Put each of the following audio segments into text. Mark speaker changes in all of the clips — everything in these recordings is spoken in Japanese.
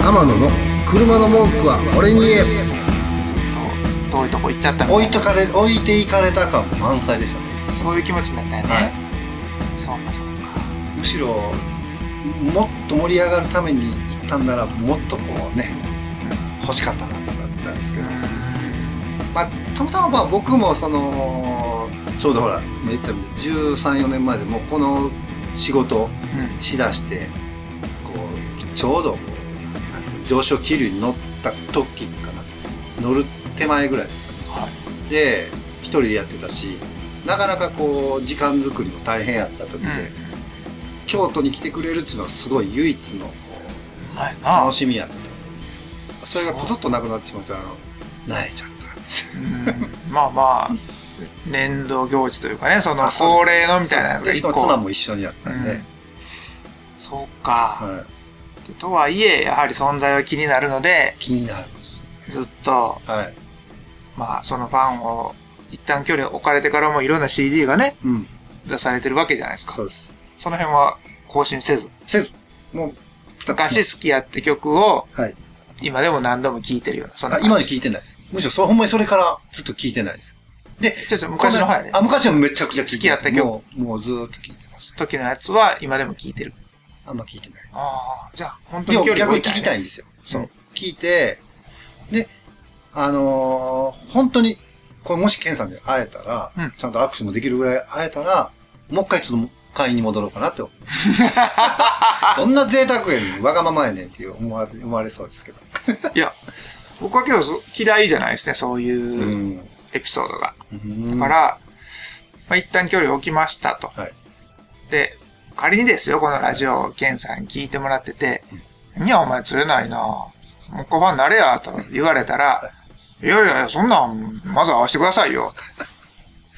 Speaker 1: 天野の車の文句は俺に言え
Speaker 2: と遠いとこ行っちゃったみたいな
Speaker 3: 置いとかれ置いていかれた感も満載でしたね
Speaker 2: そういう気持ちになったよね、
Speaker 3: はい
Speaker 2: そうかそうか
Speaker 3: むしろもっと盛り上がるために行ったんならもっとこうね欲しかったなとだったんですけど、まあ、たまたままあ僕もそのちょうどほら今言ったみたいに134年前でもうこの仕事を
Speaker 2: うんうん
Speaker 3: しだしてこうちょうどこうなんていう上昇気流に乗った時かな乗る手前ぐらいですかね
Speaker 2: は
Speaker 3: で一人でやってたしなかなかこう時間作りも大変やった時で、
Speaker 2: い、
Speaker 3: 京都に来てくれるっていうのはすごい唯一のこ
Speaker 2: うん、ないうな
Speaker 3: 楽しみやったんですそれがポトッとなくなってしまったら泣いちゃったんです
Speaker 2: うんまあまあ年度行事というかねその
Speaker 3: あそう
Speaker 2: 恒
Speaker 3: です
Speaker 2: 例のみたいなのが
Speaker 3: でし
Speaker 2: 一
Speaker 3: かも
Speaker 2: 個
Speaker 3: 妻も一緒にやったんで、
Speaker 2: うんそうか、
Speaker 3: はい、
Speaker 2: とはいえやはり存在は気になるので
Speaker 3: 気になるんです
Speaker 2: ずっと
Speaker 3: はい、
Speaker 2: まあそのファンを一旦距離を置かれてからもいろんな CD がね
Speaker 3: うん、
Speaker 2: 出されてるわけじゃないですか
Speaker 3: そうです
Speaker 2: その辺は更新せず
Speaker 3: せずもう
Speaker 2: 昔好きやって曲を
Speaker 3: はい
Speaker 2: 今でも何度も聴いてるようなそんな
Speaker 3: あ今まで聞いてないです。むしろそう、ほんまにそれからずっと聞いてないです。で、
Speaker 2: ちょっと昔の方やね
Speaker 3: こあ、昔はめちゃくちゃ聞いてます
Speaker 2: 好きやった曲
Speaker 3: もう、もうずーっと聞いてます。
Speaker 2: 時のやつは今でも聴いてる
Speaker 3: あんま聞いてない。
Speaker 2: ああじゃあ本当
Speaker 3: で
Speaker 2: に
Speaker 3: も
Speaker 2: 距離を
Speaker 3: 逆
Speaker 2: 置い
Speaker 3: に聞きた
Speaker 2: い。
Speaker 3: いんですよ。そううん聞いて、で、あのー本当に、これもしケンさんに会えたら、
Speaker 2: うん
Speaker 3: ちゃんと握手もできるぐらい会えたら、もう一回ちょっと会員に戻ろうかなっ て思う。どんな贅沢やねん、わがままやねんっていう思われ思われそうですけど。
Speaker 2: いや僕はけどそ嫌いじゃないですねそう
Speaker 3: う。
Speaker 2: いうんエピソードが、
Speaker 3: うん
Speaker 2: だから、まあ、一旦距離を置きましたと
Speaker 3: はい。
Speaker 2: で、仮にですよ、このラジオをケンさんに聞いてもらってて、いや、お前釣れないなもう一個ファンなれや、と言われたら、いやいやいや、そんなん、まずは会わせてくださいよ。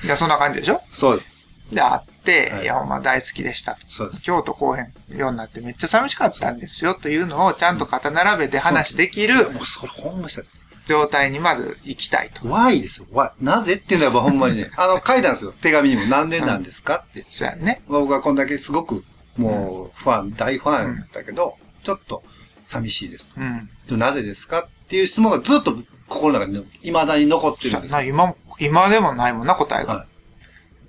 Speaker 2: いや、そんな感じでしょ
Speaker 3: そうです。
Speaker 2: で、会って、
Speaker 3: はい
Speaker 2: い、や、ほんま大好きでした。
Speaker 3: そうです。
Speaker 2: 京都公演ようになってめっちゃ寂しかったんですよ、というのをちゃんと肩並べて話できる
Speaker 3: もうそれほんました。
Speaker 2: 状態にまず行きたいと。
Speaker 3: why ですよ。why。なぜっていうのはやっぱほんまにね、あの、書いたんですよ。手紙にも。なんでなんですかって。
Speaker 2: そうやんね。
Speaker 3: 僕はこんだけすごく、もう、ファン、大ファンだけど、ちょっと寂しいです。
Speaker 2: うん。
Speaker 3: でもなぜですかっていう質問がずっと心の中に、未だに残ってるん
Speaker 2: そ
Speaker 3: で
Speaker 2: う
Speaker 3: すよ
Speaker 2: な今も、今でもないもんな、答えが。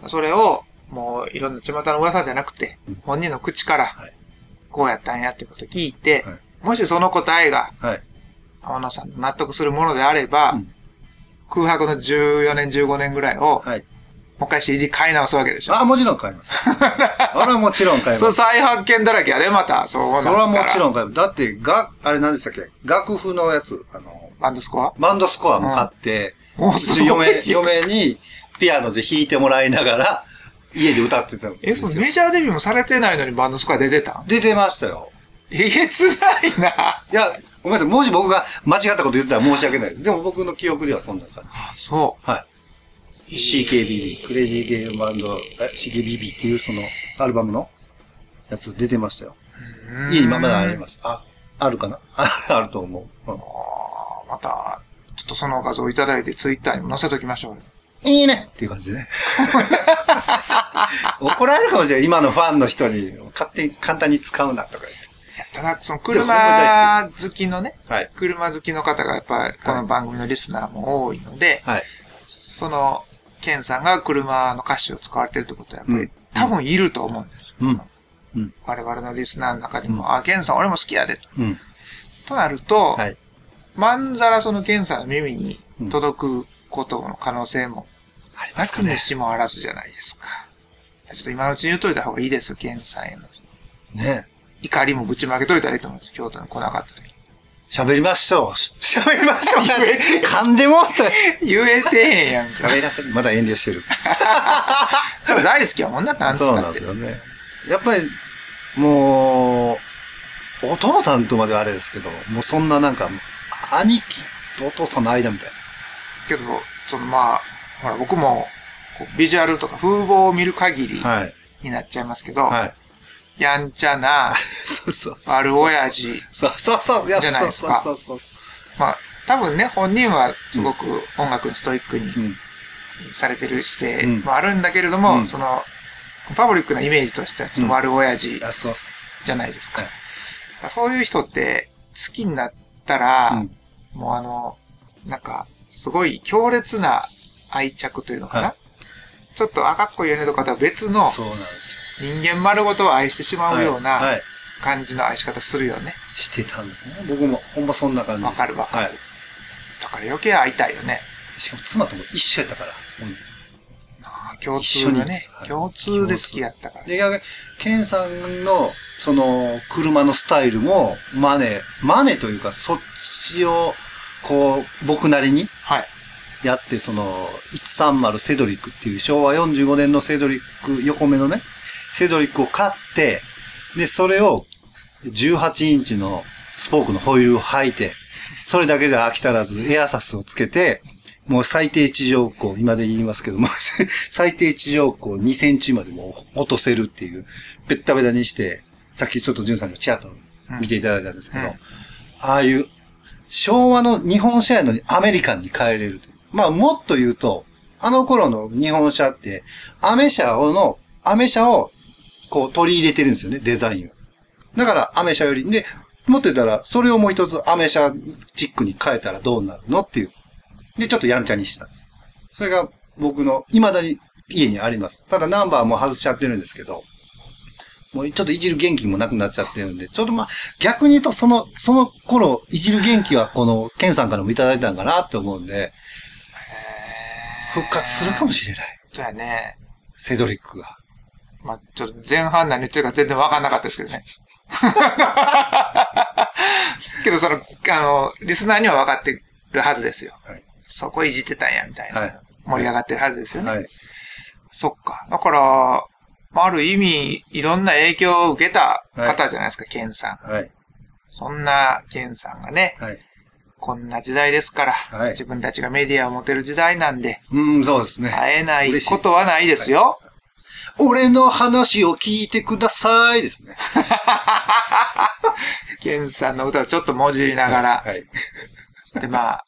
Speaker 3: は
Speaker 2: それを、もういろんな巷の噂じゃなくて、本人の口から
Speaker 3: はい、
Speaker 2: こうやったんやってことを聞いて、
Speaker 3: はい
Speaker 2: もしその答えが
Speaker 3: い。はい。
Speaker 2: 天野さんの納得するものであれば、
Speaker 3: うん
Speaker 2: 空白の14年、15年ぐらいを、
Speaker 3: はい。
Speaker 2: もう一回 CD 買い直すわけでしょ。
Speaker 3: あ、もちろん買 います。あら、もちろん買います。
Speaker 2: そう、再発見だらけやで、また、そうなった
Speaker 3: それ
Speaker 2: ら
Speaker 3: はもちろん買います。だって、が、あれ何でしたっけ楽譜のやつ、あの、
Speaker 2: バンドスコア
Speaker 3: バンドスコアも買って、
Speaker 2: うんお
Speaker 3: う
Speaker 2: す
Speaker 3: ち
Speaker 2: ごい
Speaker 3: 嫁、嫁にピアノで弾いてもらいながら、家で歌ってたん
Speaker 2: え、
Speaker 3: です
Speaker 2: そ
Speaker 3: よ
Speaker 2: う、。メジャーデビューもされてないのにバンドスコア出てたん
Speaker 3: 出てましたよ。
Speaker 2: えげつないな。
Speaker 3: いや、ごめんなさい。もし僕が間違ったこと言ってたら申し訳ないです。でも僕の記憶ではそんな感じ。
Speaker 2: そ
Speaker 3: はい。CKBB、クレイジーゲームバンド、え CKBB っていうそのアルバムのやつ出てましたよ。家にまだあります。あ、あるかな あると思う。うん
Speaker 2: う。また、ちょっとその画像をいただいて、ツイッターにも載せときましょう。
Speaker 3: いいねっていう感じで ね。怒られるかもしれない。今のファンの人に、勝手に簡単に使うなとか言って。
Speaker 2: ただ、その
Speaker 3: いや
Speaker 2: 車好きのね、
Speaker 3: はい。
Speaker 2: 車好きの方がやっぱりこの番組のリスナーも多いので、
Speaker 3: はい。
Speaker 2: その、ケンさんが車の歌詞を使われてるってことはやっぱり、
Speaker 3: うん
Speaker 2: 多分いると思うんです。
Speaker 3: うん。
Speaker 2: 我々のリスナーの中にも、あ、ケンさん俺も好きやでと。
Speaker 3: うん。
Speaker 2: となると、
Speaker 3: はい。
Speaker 2: まんざらそのケンさんの耳に届くことの可能性も、
Speaker 3: ありますか
Speaker 2: 気に
Speaker 3: ね。
Speaker 2: しもあらずじゃないですか。ちょっと今のうちに言うといた方がいいですよ、ケンさんへの。
Speaker 3: ね
Speaker 2: 怒りもぶちまけといたらいいと思うんです。京都に来なかった時。
Speaker 3: 喋りましょう。喋りましょう。
Speaker 2: 言え て
Speaker 3: 噛んでもうて。
Speaker 2: 言えてへんやんか。
Speaker 3: 喋らせまだ遠慮してる。
Speaker 2: 大好きやもんな、なんつ
Speaker 3: そう
Speaker 2: っ
Speaker 3: な
Speaker 2: た
Speaker 3: ん
Speaker 2: っ
Speaker 3: です。
Speaker 2: て
Speaker 3: よね。やっぱり、もう、お父さんとまではあれですけど、もうそんななんか、兄貴とお父さんの間みたい
Speaker 2: けど、そのまあ、ほら、僕も、こうビジュアルとか風貌を見る限り
Speaker 3: な。はい。
Speaker 2: になっちゃいますけど、
Speaker 3: はい。
Speaker 2: やんちゃな、
Speaker 3: そうそうそう。
Speaker 2: 悪親父、
Speaker 3: そうそうそう。いや
Speaker 2: じゃないですか
Speaker 3: そうそうそうそ
Speaker 2: まあ、多分ね、本人はすごく音楽にストイック
Speaker 3: う。う
Speaker 2: に
Speaker 3: ん。
Speaker 2: されてる姿勢
Speaker 3: うん
Speaker 2: もあるんだけれども、
Speaker 3: うん
Speaker 2: その、パブリックなイメージとしてはちょっと悪親父
Speaker 3: あ、そうそう。
Speaker 2: じゃないですか。
Speaker 3: うん
Speaker 2: だからそういう人って、好きになったら、
Speaker 3: うん
Speaker 2: もうあの、なんか、すごい強烈な愛着というのかな、
Speaker 3: は
Speaker 2: ちょっと、あ、かっこいいよねとかとは別の
Speaker 3: そうなんです
Speaker 2: 人間丸ごとを愛してしまうよう
Speaker 3: はい
Speaker 2: な
Speaker 3: はい
Speaker 2: 感じの愛し方するよね。
Speaker 3: してたんですね。僕も、ほんまそんな感じです。
Speaker 2: わかるわか
Speaker 3: はい。
Speaker 2: だから余計会いたいよね。
Speaker 3: しかも妻とも一緒やったから。うん
Speaker 2: あ共通
Speaker 3: 一緒
Speaker 2: がね
Speaker 3: に、はい
Speaker 2: 共通で好きやったから。
Speaker 3: で、逆に、ケンさんの、その、車のスタイルも、マネ、マネというか、そっちを、こう、僕なりに
Speaker 2: はい。
Speaker 3: やって、その、130セドリックっていう昭和45年のセドリック、横目のね、セドリックを買って、で、それを18インチのスポークのホイールを履いて、それだけじゃ飽き足らずエアサスをつけて、もう最低地上高、今で言いますけども、 最低地上高2センチまでもう落とせるっていう、ベッタベタにして、さっきちょっとジュンさんにもチラッと見ていただいたんですけど、
Speaker 2: うんうん
Speaker 3: ああいう昭和の日本車やのにアメリカンに変えれるという。まあもっと言うと、あの頃の日本車って、アメ車をの、アメ車をこう取り入れてるんですよね、デザインを。だからアメ車より、で、もっと言ったら、それをもう一つアメ車チックに変えたらどうなるのっていう。で、ちょっとやんちゃにしたんです。それが僕の、未だに家にあります。ただナンバーも外しちゃってるんですけど、もうちょっといじる元気もなくなっちゃってるんで、ちょっとまあ、逆に言うとその、その頃、いじる元気はこの、ケンさんからもいただいたんかなって思うんで、復活するかもしれない。
Speaker 2: そうやね。
Speaker 3: セドリックが。
Speaker 2: まあ、ちょっと前半何言ってるか全然わかんなかったですけどね。 けど、その、あの、リスナーには分かってるはずですよ。
Speaker 3: はい。
Speaker 2: そこいじってたんや、みたいな。
Speaker 3: はい
Speaker 2: 盛り上がってるはずですよね。
Speaker 3: はい。
Speaker 2: そっか。だから、まあある意味、いろんな影響を受けた方じゃないですか、ケンさん。
Speaker 3: はい。
Speaker 2: そんなケンさんがね、
Speaker 3: はい。
Speaker 2: こんな時代ですから、
Speaker 3: はい
Speaker 2: 自分たちがメディアを持てる時代なんで、
Speaker 3: うん、そうですね。
Speaker 2: 会えない
Speaker 3: 嬉しい
Speaker 2: ことはないですよ。
Speaker 3: 俺の話を聞いてくださいですね。
Speaker 2: ケンさんの歌をちょっともじりながら、
Speaker 3: はい。
Speaker 2: でまあ、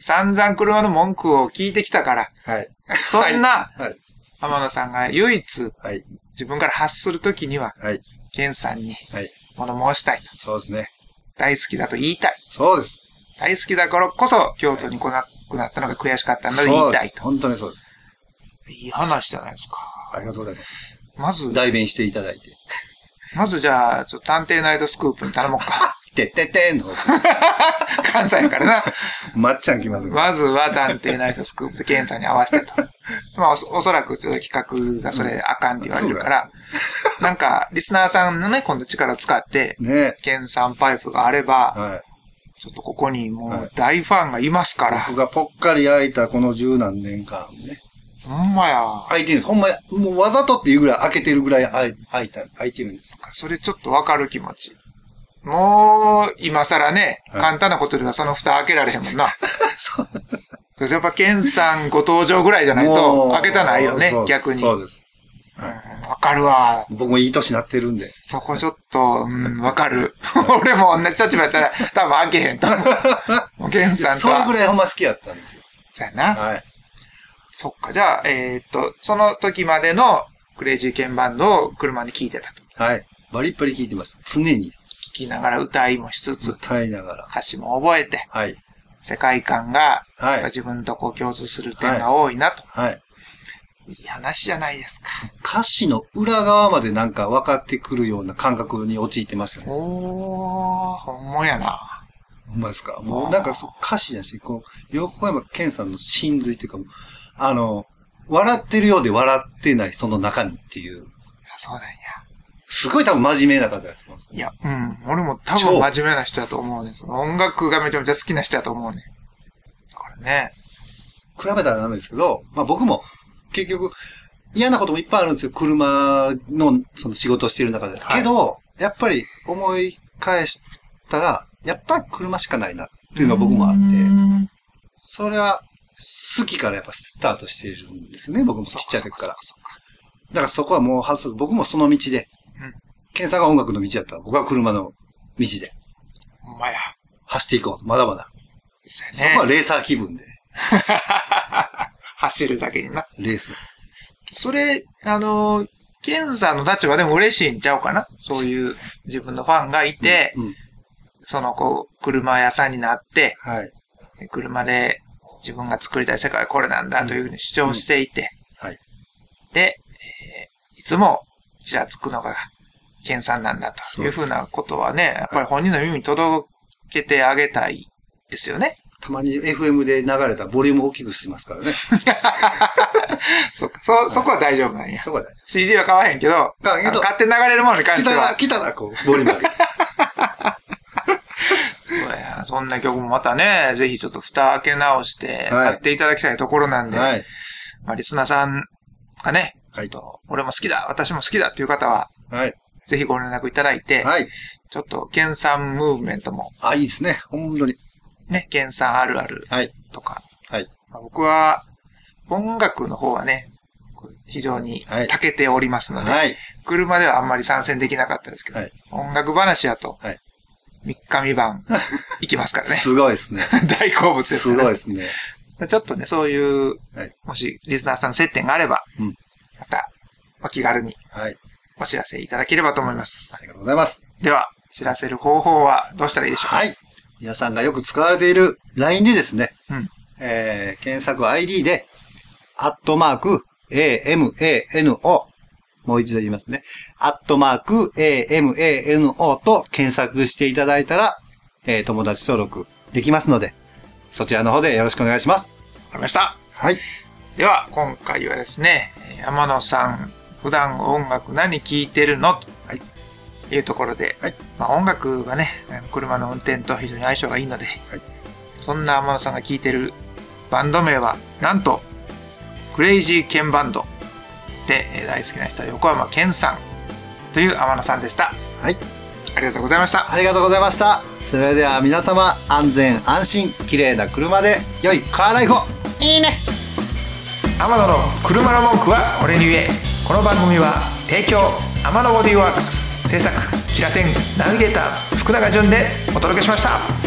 Speaker 2: 散々車の文句を聞いてきたから、
Speaker 3: はい。
Speaker 2: そんな
Speaker 3: はい。
Speaker 2: 天野さんが唯一
Speaker 3: はい。
Speaker 2: 自分から発するときには、
Speaker 3: はい。
Speaker 2: ケンさんに
Speaker 3: はい。
Speaker 2: 物申したいと。
Speaker 3: そうですね。
Speaker 2: 大好きだと言いたい。
Speaker 3: そうです。
Speaker 2: 大好きだからこそ京都に来なくなったのが悔しかったので言
Speaker 3: そ
Speaker 2: いう
Speaker 3: で
Speaker 2: たい
Speaker 3: す。
Speaker 2: と。
Speaker 3: 本当にそうです。
Speaker 2: いい話じゃないですか。
Speaker 3: ありがとうございます。
Speaker 2: まず、
Speaker 3: 代弁していただいて。
Speaker 2: まずじゃあ、ちょっと探偵ナイトスクープに頼もう か。
Speaker 3: てってってんの方ですね。
Speaker 2: 関西やからな。
Speaker 3: まっちゃん来ますね。
Speaker 2: まずは探偵ナイトスクープでケンさんに合わせて と。まあ、おそおそらくちょっと企画がそれあかんって言われるから、なんか、リスナーさんのね、今度力を使って、
Speaker 3: ね
Speaker 2: ケンさんパイプがあれば、
Speaker 3: はい。
Speaker 2: ちょっとここにも
Speaker 3: はいう
Speaker 2: 大ファンがいますから、
Speaker 3: 僕がぽっかり空いたこの十何年間ね。
Speaker 2: ほんまや。
Speaker 3: 空いてるんです。ほんま、もうわざとっていうぐらい開けてるぐらい空い空いた、空いてるんです。
Speaker 2: それちょっとわかる気持ち。もう、今更ね、
Speaker 3: はい
Speaker 2: 簡単なことではその蓋開けられへんもんな。
Speaker 3: そう
Speaker 2: やっぱ、ケンさんご登場ぐらいじゃないと、開けたないよね
Speaker 3: そう、
Speaker 2: 逆に。う
Speaker 3: そ
Speaker 2: ん
Speaker 3: うです。
Speaker 2: わかるわ。
Speaker 3: 僕もいい年なってるんで。
Speaker 2: そこちょっと、うん、わかる。 俺も同じ立場やったら、多分開けへんと 思う。もうケンさんと
Speaker 3: それぐ
Speaker 2: は。
Speaker 3: らいほんま好きやったんですよ。
Speaker 2: そうやな。
Speaker 3: はい。
Speaker 2: そっか。じゃあ、えーっと、その時までのクレイジーケンバンドを車に聴いてたと。
Speaker 3: はい。バリッバリ聞いてました。常に
Speaker 2: 聴きながら歌いもしつつ、
Speaker 3: 歌いながら。
Speaker 2: 歌詞も覚えて、
Speaker 3: はい。
Speaker 2: 世界観が、
Speaker 3: はい
Speaker 2: 自分とこう共通する点が多いなと。
Speaker 3: はい。
Speaker 2: い、い話じゃないですか。
Speaker 3: 歌詞の裏側までなんか分かってくるような感覚に陥ってましたね。
Speaker 2: おー、ほんまやな。
Speaker 3: ほんまですか。もうなんかそう歌詞じゃなくて、こう、横山健さんの真髄っていうかもう、あの、笑ってるようで笑ってないその中身っていう、
Speaker 2: あそうなんや。
Speaker 3: すごい多分真面目な方だと思うんですよ
Speaker 2: いや、うん。俺も多
Speaker 3: 超
Speaker 2: 分真面目な人だと思うね。その音楽がめちゃめちゃ好きな人だと思うね。だからね。
Speaker 3: 比べたらなんですけど、まあ僕も結局嫌なこともいっぱいあるんですよ。車のその仕事をしている中で。
Speaker 2: はい
Speaker 3: けど、やっぱり思い返したら、やっぱり車しかないなっていうのは僕もあって、
Speaker 2: うん
Speaker 3: それは好きからやっぱスタートしているんですね。僕もちっちゃい時から。
Speaker 2: そっか
Speaker 3: だからそこはもう外す。僕もその道で。
Speaker 2: うん
Speaker 3: ケンさんが音楽の道だったら、僕は車の道で
Speaker 2: ほんまや。
Speaker 3: 走っていこう。まだまだ。
Speaker 2: そう
Speaker 3: そ
Speaker 2: やね
Speaker 3: こはレーサー気分で。
Speaker 2: 走るだけにな。
Speaker 3: レース。
Speaker 2: それ、あの、ケンさんの立場でも嬉しいんちゃうかなそういう自分のファンがいて、
Speaker 3: うん。
Speaker 2: その、こう、車屋さんになって、
Speaker 3: はい。
Speaker 2: 車で自分が作りたい世界はこれなんだというふうに主張していて、
Speaker 3: はい。
Speaker 2: で、えーいつもちらつくのが、健さんなんだというふうなことはね、やっぱり本人の耳に届けてあげたいですよね。
Speaker 3: たまに FM で流れたボリューム大きくしますからね。
Speaker 2: そっか、そ、そこは大丈夫なんや。
Speaker 3: そこは大丈
Speaker 2: CD は買わへんけど、
Speaker 3: 買わへんけど
Speaker 2: あの買って流れるものに関
Speaker 3: 夫。来
Speaker 2: して
Speaker 3: たら、
Speaker 2: は、
Speaker 3: 来たらこう、ボリューム上げる。
Speaker 2: そうやそんな曲もまたね、ぜひちょっと蓋開け直して、
Speaker 3: はい
Speaker 2: 買っていただきたいところなんで、
Speaker 3: はい。
Speaker 2: まあ、リスナーさんがね、
Speaker 3: はい。
Speaker 2: と俺も好きだ、私も好きだっていう方は、
Speaker 3: はい。
Speaker 2: ぜひご連絡いただいて、
Speaker 3: はい。
Speaker 2: ちょっと、研鑽ムーブメントも、
Speaker 3: あ、いいですね。本当に。
Speaker 2: ね、研鑽あるある
Speaker 3: はい。
Speaker 2: とか、
Speaker 3: はい。
Speaker 2: まあ僕は、音楽の方はね、こう非常に
Speaker 3: はい
Speaker 2: 長けておりますので、
Speaker 3: はい。
Speaker 2: 車ではあんまり参戦できなかったですけど、
Speaker 3: はい
Speaker 2: 音楽話やと、
Speaker 3: はい
Speaker 2: 3日 三晩行きますからね。
Speaker 3: すごいですね。
Speaker 2: 大好物です
Speaker 3: す
Speaker 2: か
Speaker 3: ごい
Speaker 2: ら、
Speaker 3: ですね。
Speaker 2: ちょっとね、そういう、
Speaker 3: はい
Speaker 2: もしリスナーさんの接点があれば、
Speaker 3: うん
Speaker 2: また、お気軽に
Speaker 3: はい。
Speaker 2: お知らせいただければと思います。
Speaker 3: ありがとうございます。
Speaker 2: では、知らせる方法はどうしたらいいでしょうか、
Speaker 3: はい。皆さんがよく使われている LINE でですね、
Speaker 2: うん
Speaker 3: えー、検索 ID で、アットマーク、AMANO、もう一度言いますね。アットマーク、AMANO と検索していただいたら、えー、友達登録できますので、そちらの方でよろしくお願いします。
Speaker 2: わかりました。
Speaker 3: はい。
Speaker 2: では、今回はですね、えー山野さん、普段音楽何聴いてるのと
Speaker 3: はい
Speaker 2: いうところで、
Speaker 3: はい
Speaker 2: まあ、音楽がね、あの車の運転と非常に相性がいいので、
Speaker 3: はい
Speaker 2: そんな天野さんが聴いてるバンド名は、なんと、クレイジーケンバンドで、えー大好きな人は横山健さんという天野さんでした。
Speaker 3: はい。
Speaker 2: ありがとうございました。
Speaker 3: ありがとうございました。それでは皆様、安全安心、綺麗な車で、良いカーライフをいいね
Speaker 2: 天野の車の文句は俺に言えこの番組は提供天野ボディーワークス制作キラテンナビゲーター福永潤でお届けしました